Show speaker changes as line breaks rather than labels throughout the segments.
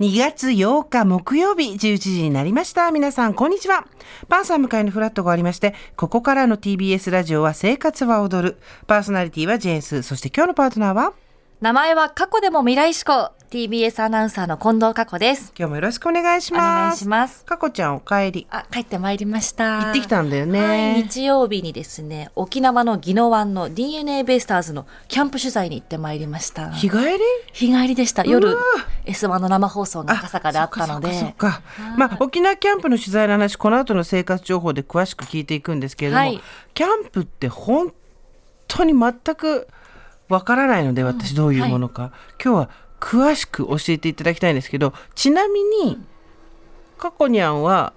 2月8日木曜日11時になりました。皆さん、こんにちは。パンサー向かいのフラットがありまして、ここからの TBS ラジオは生活は踊る。パーソナリティはジェーンス。そして今日のパートナーは
名前は過去でも未来志向 TBS アナウンサーの近藤佳子です
今日もよろしくお願いし
お願
ま
いし
す。
ます
かこちゃんお帰り。
あ帰ってまいりました
行ってきたんだよ
はい、
ね。
日曜日にですね沖縄の宜野湾の DNA ベイスターズのキャンプ取材に行ってまいりました
日帰り
日帰りでした
う
夜
わ
S1 の生放送が赤坂であったので
そっかそっかそっかまあ、沖縄キャンプの取材の話この後の生活情報で詳しく聞いていくんですけれども、
はい
キャンプって本当に全くわからないので私どういうものか、今日は詳しく教えていただきたいんですけどちなみにかこにゃんは、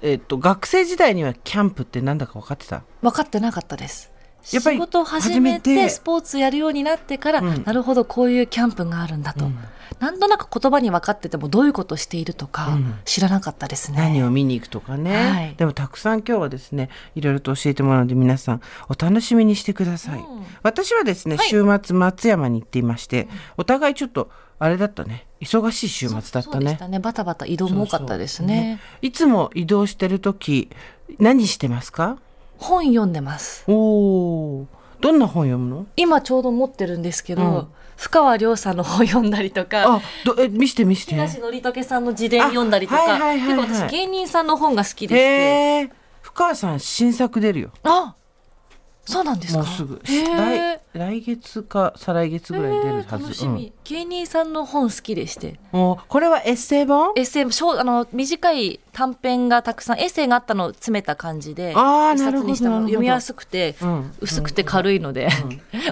えっと学生時代にはキャンプってなんだか分かってた
分かってなかったです
やっぱり
仕事を始め
始めて
てスポーツやるようになってから、
うん
なるほどこういうキャンプがあるんだと、なんとなく言葉に分かっててもどういうことをしているとか
うん
知らなかったですね、
何を見に行くとかね、
はい
でもたくさん今日はですねいろいろと教えてもらうので皆さんお楽しみにしてください、
うん
私はですね、
はい
週末松山に行っていましてお互いちょっとあれだったね忙しい週末だったね
そうでしたねバタバタ移動も多かったです
そうそう
ね
いつも移動してる時何してますか
本読んでます
おおどんな本読むの
今ちょうど持ってるんですけど、
うん
深川亮さんの本読んだりとか
あどえ見して見して
東紀武さんの自伝読んだりとか、
あはいはいはいはい
結構私芸人さんの本が好きでして
へえ深川さん新作出るよ
あそうなんです
も
か
うすぐ
へえ
来来月か再来月ぐらいに出るはず、
楽し
うん
み、芸人さんの本好きでして
おこれはエッセイ本
SM 小あの短い短編がたくさんエッセイがあったのを詰めた感じで
あー
一冊にしたも
なるほどなるほ
の
ど
読みやすくて、
うん
薄くて軽いので、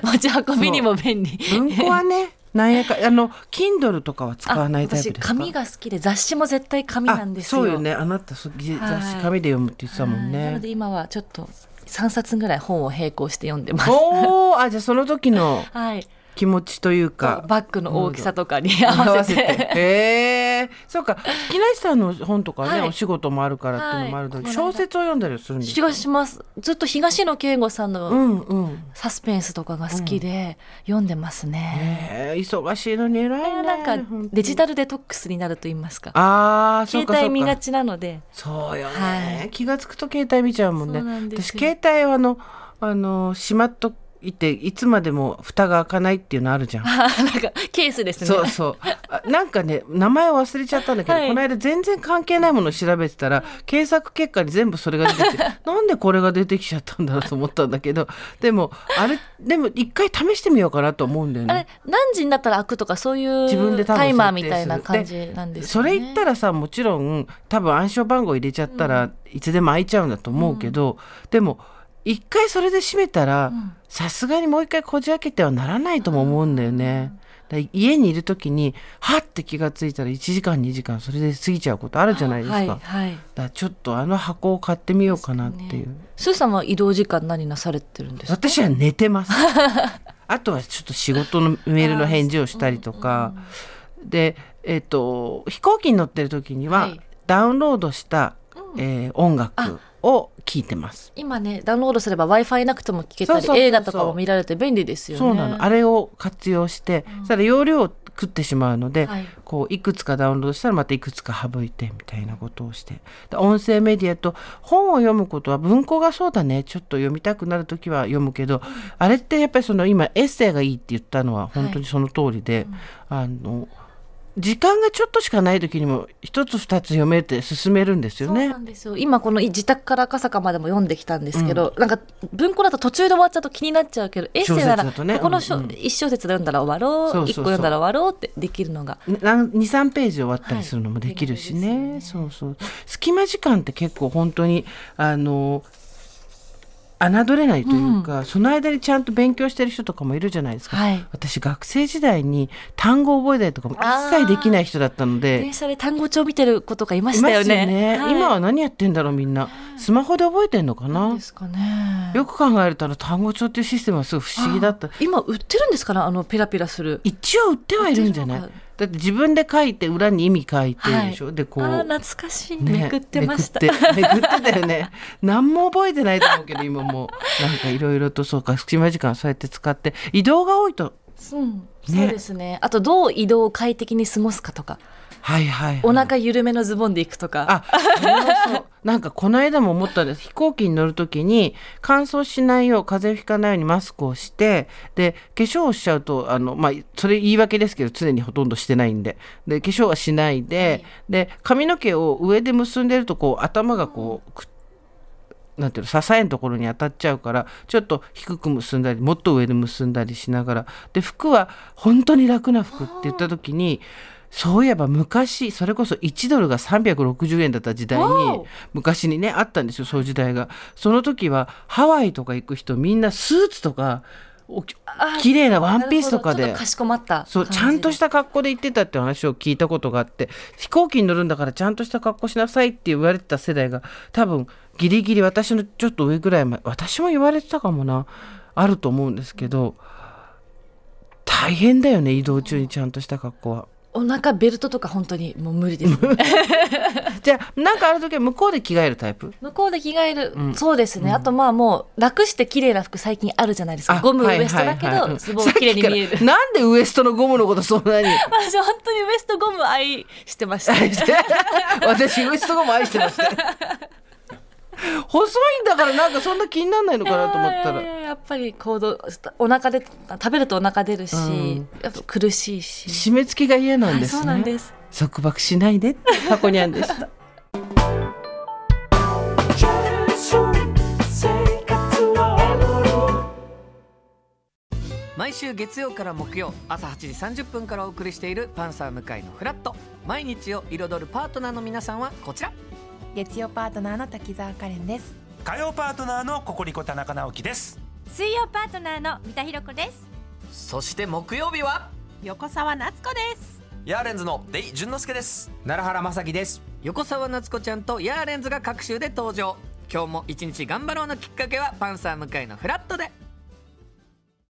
持ち運びにも便利
文庫は ねなんやかあの Kindle とかは使
あ
わないタイプ
私
ですか
紙が好きで雑誌も絶対紙なんですよ
あそうよねあなたそぎ
はい
雑誌紙で読むって言ってたもん
はいなの
ね
で今はちょっと3冊ぐらい本を並行して読んでます
おーあじゃあその時の
はい
気持ちという
バ
か
ッグの大きさとかに合わせ て
へえそうか木梨さんの本とかね、
はい
お仕事もあるからっていうのもあるので、
はい
小説を読んだりするんです
気
か
がしますずっと東野圭吾さん
う
の
んうん
サスペンスとかが好きで読んでますね、
へえ忙しいのに偉いね
なんか
本当
デジタルデトックスになると言いますか
ああそう
携
かそう
帯
か
見がちなので
そうよね、
はい
気がつくと携帯見ちゃうもんね
そうなんです
私
よ
携帯はあのあのしまっといていつまでも蓋が開かないっていうのあるじゃん
あーなんかケースですね
そうそうあなんかね名前忘れちゃったんだけど、
はい
この間全然関係ないものを調べてたら検索結果に全部それが出てき てなんでこれが出てきちゃったんだろうと思ったんだけどでもあれでも一回試してみようかなと思うんだよ
あ
ね
れ。何時になったら開くとかそういう
自分で多分
タイマーみ
設定
たいな
する
感じなんです
そ
よね
れ言ったらさもちろん多分暗証番号入れちゃったらいつでも開いちゃうんだと思うけど、でも一回それで閉めたら
ん
さすがにもう一回こじ開けてはならないとも思うんだよね。だから家にいる時にはって気がついたら1時間2時間それで過ぎちゃうことあるじゃないですか、だか
はいはい
らちょっとあの箱を買ってみようかなっていう、
スーさんは移動時間何なされてるんですか
私は寝てます あとはちょっと仕事のメールの返事をしたりとか、で、えっと飛行機に乗ってる時には、
はい
ダウンロードした、
うん
えー音楽を聴いてます。
今ねダウンロードすれば w i f i なくても聞けたり
そうそうそうそう
映画とかも見られて便利ですよね
そうなのあ
れ、
れを活用して、それ容量を食ってしまうので、
はい
こういくつかダウンロードしたらまたいくつか省いてみたいなことをしてだ音声メディアと本を読むことは文庫がそうだねちょっと読みたくなる時は読むけど、あれってやっぱりその今エッセイがいいって言ったのは本当にその通りで、あの時間がちょっとしかない時にも一つ二つ読めて進めるんですよ
そう
ね
な。んですよ今この自宅から赤坂までも読んできたんですけど、なんか文庫だと途中で終わっちゃうと気になっちゃうけどエッセ
小
イな
説だ
ら
とね
ここの
う
小
んうん
一小節で読んだら終わろう一
そうそうそう
個読んだら終わろうってできるのが
な23ページ終わったりするのもできるしね,、
はい
そうそう隙間時間って結構本当にあの侮れないというか、その間にちゃんと勉強してる人とかもいるじゃないですか、
はい
私学生時代に単語覚えたりとかも一切できない人だったので
電車で単語帳見てる子とかいま
い
し
ま
た
す
よ
よ
ね
ね、
はい
今は何やってんだろうみんなスマホで覚えてんのかな
ですかね
よく考えるとあの単語帳っていうシステムはすごい不思議だった
今売ってるんですかねあのペラペラする
一応売ってはいるんじゃない
売っ
だ
てるの
って自分で書いて裏に意味書いてるでしょ、でこう
あー懐かしい、
ね
めくってました
めくってめくってたよね 何も覚えてないと思うけど今もうなんかいろいろとそうか隙間時間そうやって使って移動が多いと
うん、そうですねあとどう移動を快適に過ごすかとか
はいはい、はい、
お腹緩めのズボンで行くとか
あ、それはそう。 なんかこの間も思ったんです。飛行機に乗るときに乾燥しないよう、風邪をひかないようにマスクをして、で、化粧をしちゃうと、あの、まあ、それ言い訳ですけど、常にほとんどしてないんで。で、化粧はしないで、で、髪の毛を上で結んでると、こう、頭がこう、くなんていうの支えのところに当たっちゃうからちょっと低く結んだりもっと上で結んだりしながらで服は本当に楽な服って言った時にそういえば昔それこそ1ドルが360円だった時代に
わお
昔にねあったんですよそういう時代がその時はハワイとか行く人みんなスーツとかおき
あ
綺麗なワンピースとか
な
で
るほどちょっとかしこまった
そうちゃんとしたた格好で行ってたって話を聞いたことがあって飛行機に乗るんだからちゃんとした格好しなさいって言われてた世代が多分ギリギリ私のちょっと上ぐらいまで私も言われてたかもなあると思うんですけど大変だよね移動中にちゃんとした格好は。
お腹ベルトとか本当にもう無理です、ね、
じゃあなんかある時は向こうで着替えるタイプ
向こうで着替える、
うん
そうですね、あとまあもう楽して綺麗な服最近あるじゃないですかゴムウエストだけ
はいはいはい
ど
うん
ズボン綺麗に 見え
さっき
る
からなんでウエストのゴムのことそんなに
私本当にウエストゴム愛してました
愛して 私ウエストゴム愛してました細いんだからなんかそんな気にならないのかなと思ったら
いやいやいややっぱり行動お腹で食べるとお腹出るし、
うん
やっぱ苦しいし、
締め付けが嫌なん
はい
です
そ
ね、
うなんです
束縛しないでってタコニャンでした
毎週月曜から木曜朝8時30分からお送りしている「パンサー向井のフラット」毎日を彩るパートナーの皆さんはこちら
月曜パートナーの滝沢カレンです
火曜パートナーのココリコ田中直樹です
水曜パートナーの三田寛子です
そして木曜日は
横澤夏子です
ヤーレンズのデイ淳之介です奈良原まさきです
横澤夏子ちゃんとヤーレンズが各週で登場今日も一日頑張ろうのきっかけは「パンサー向井のフラット」で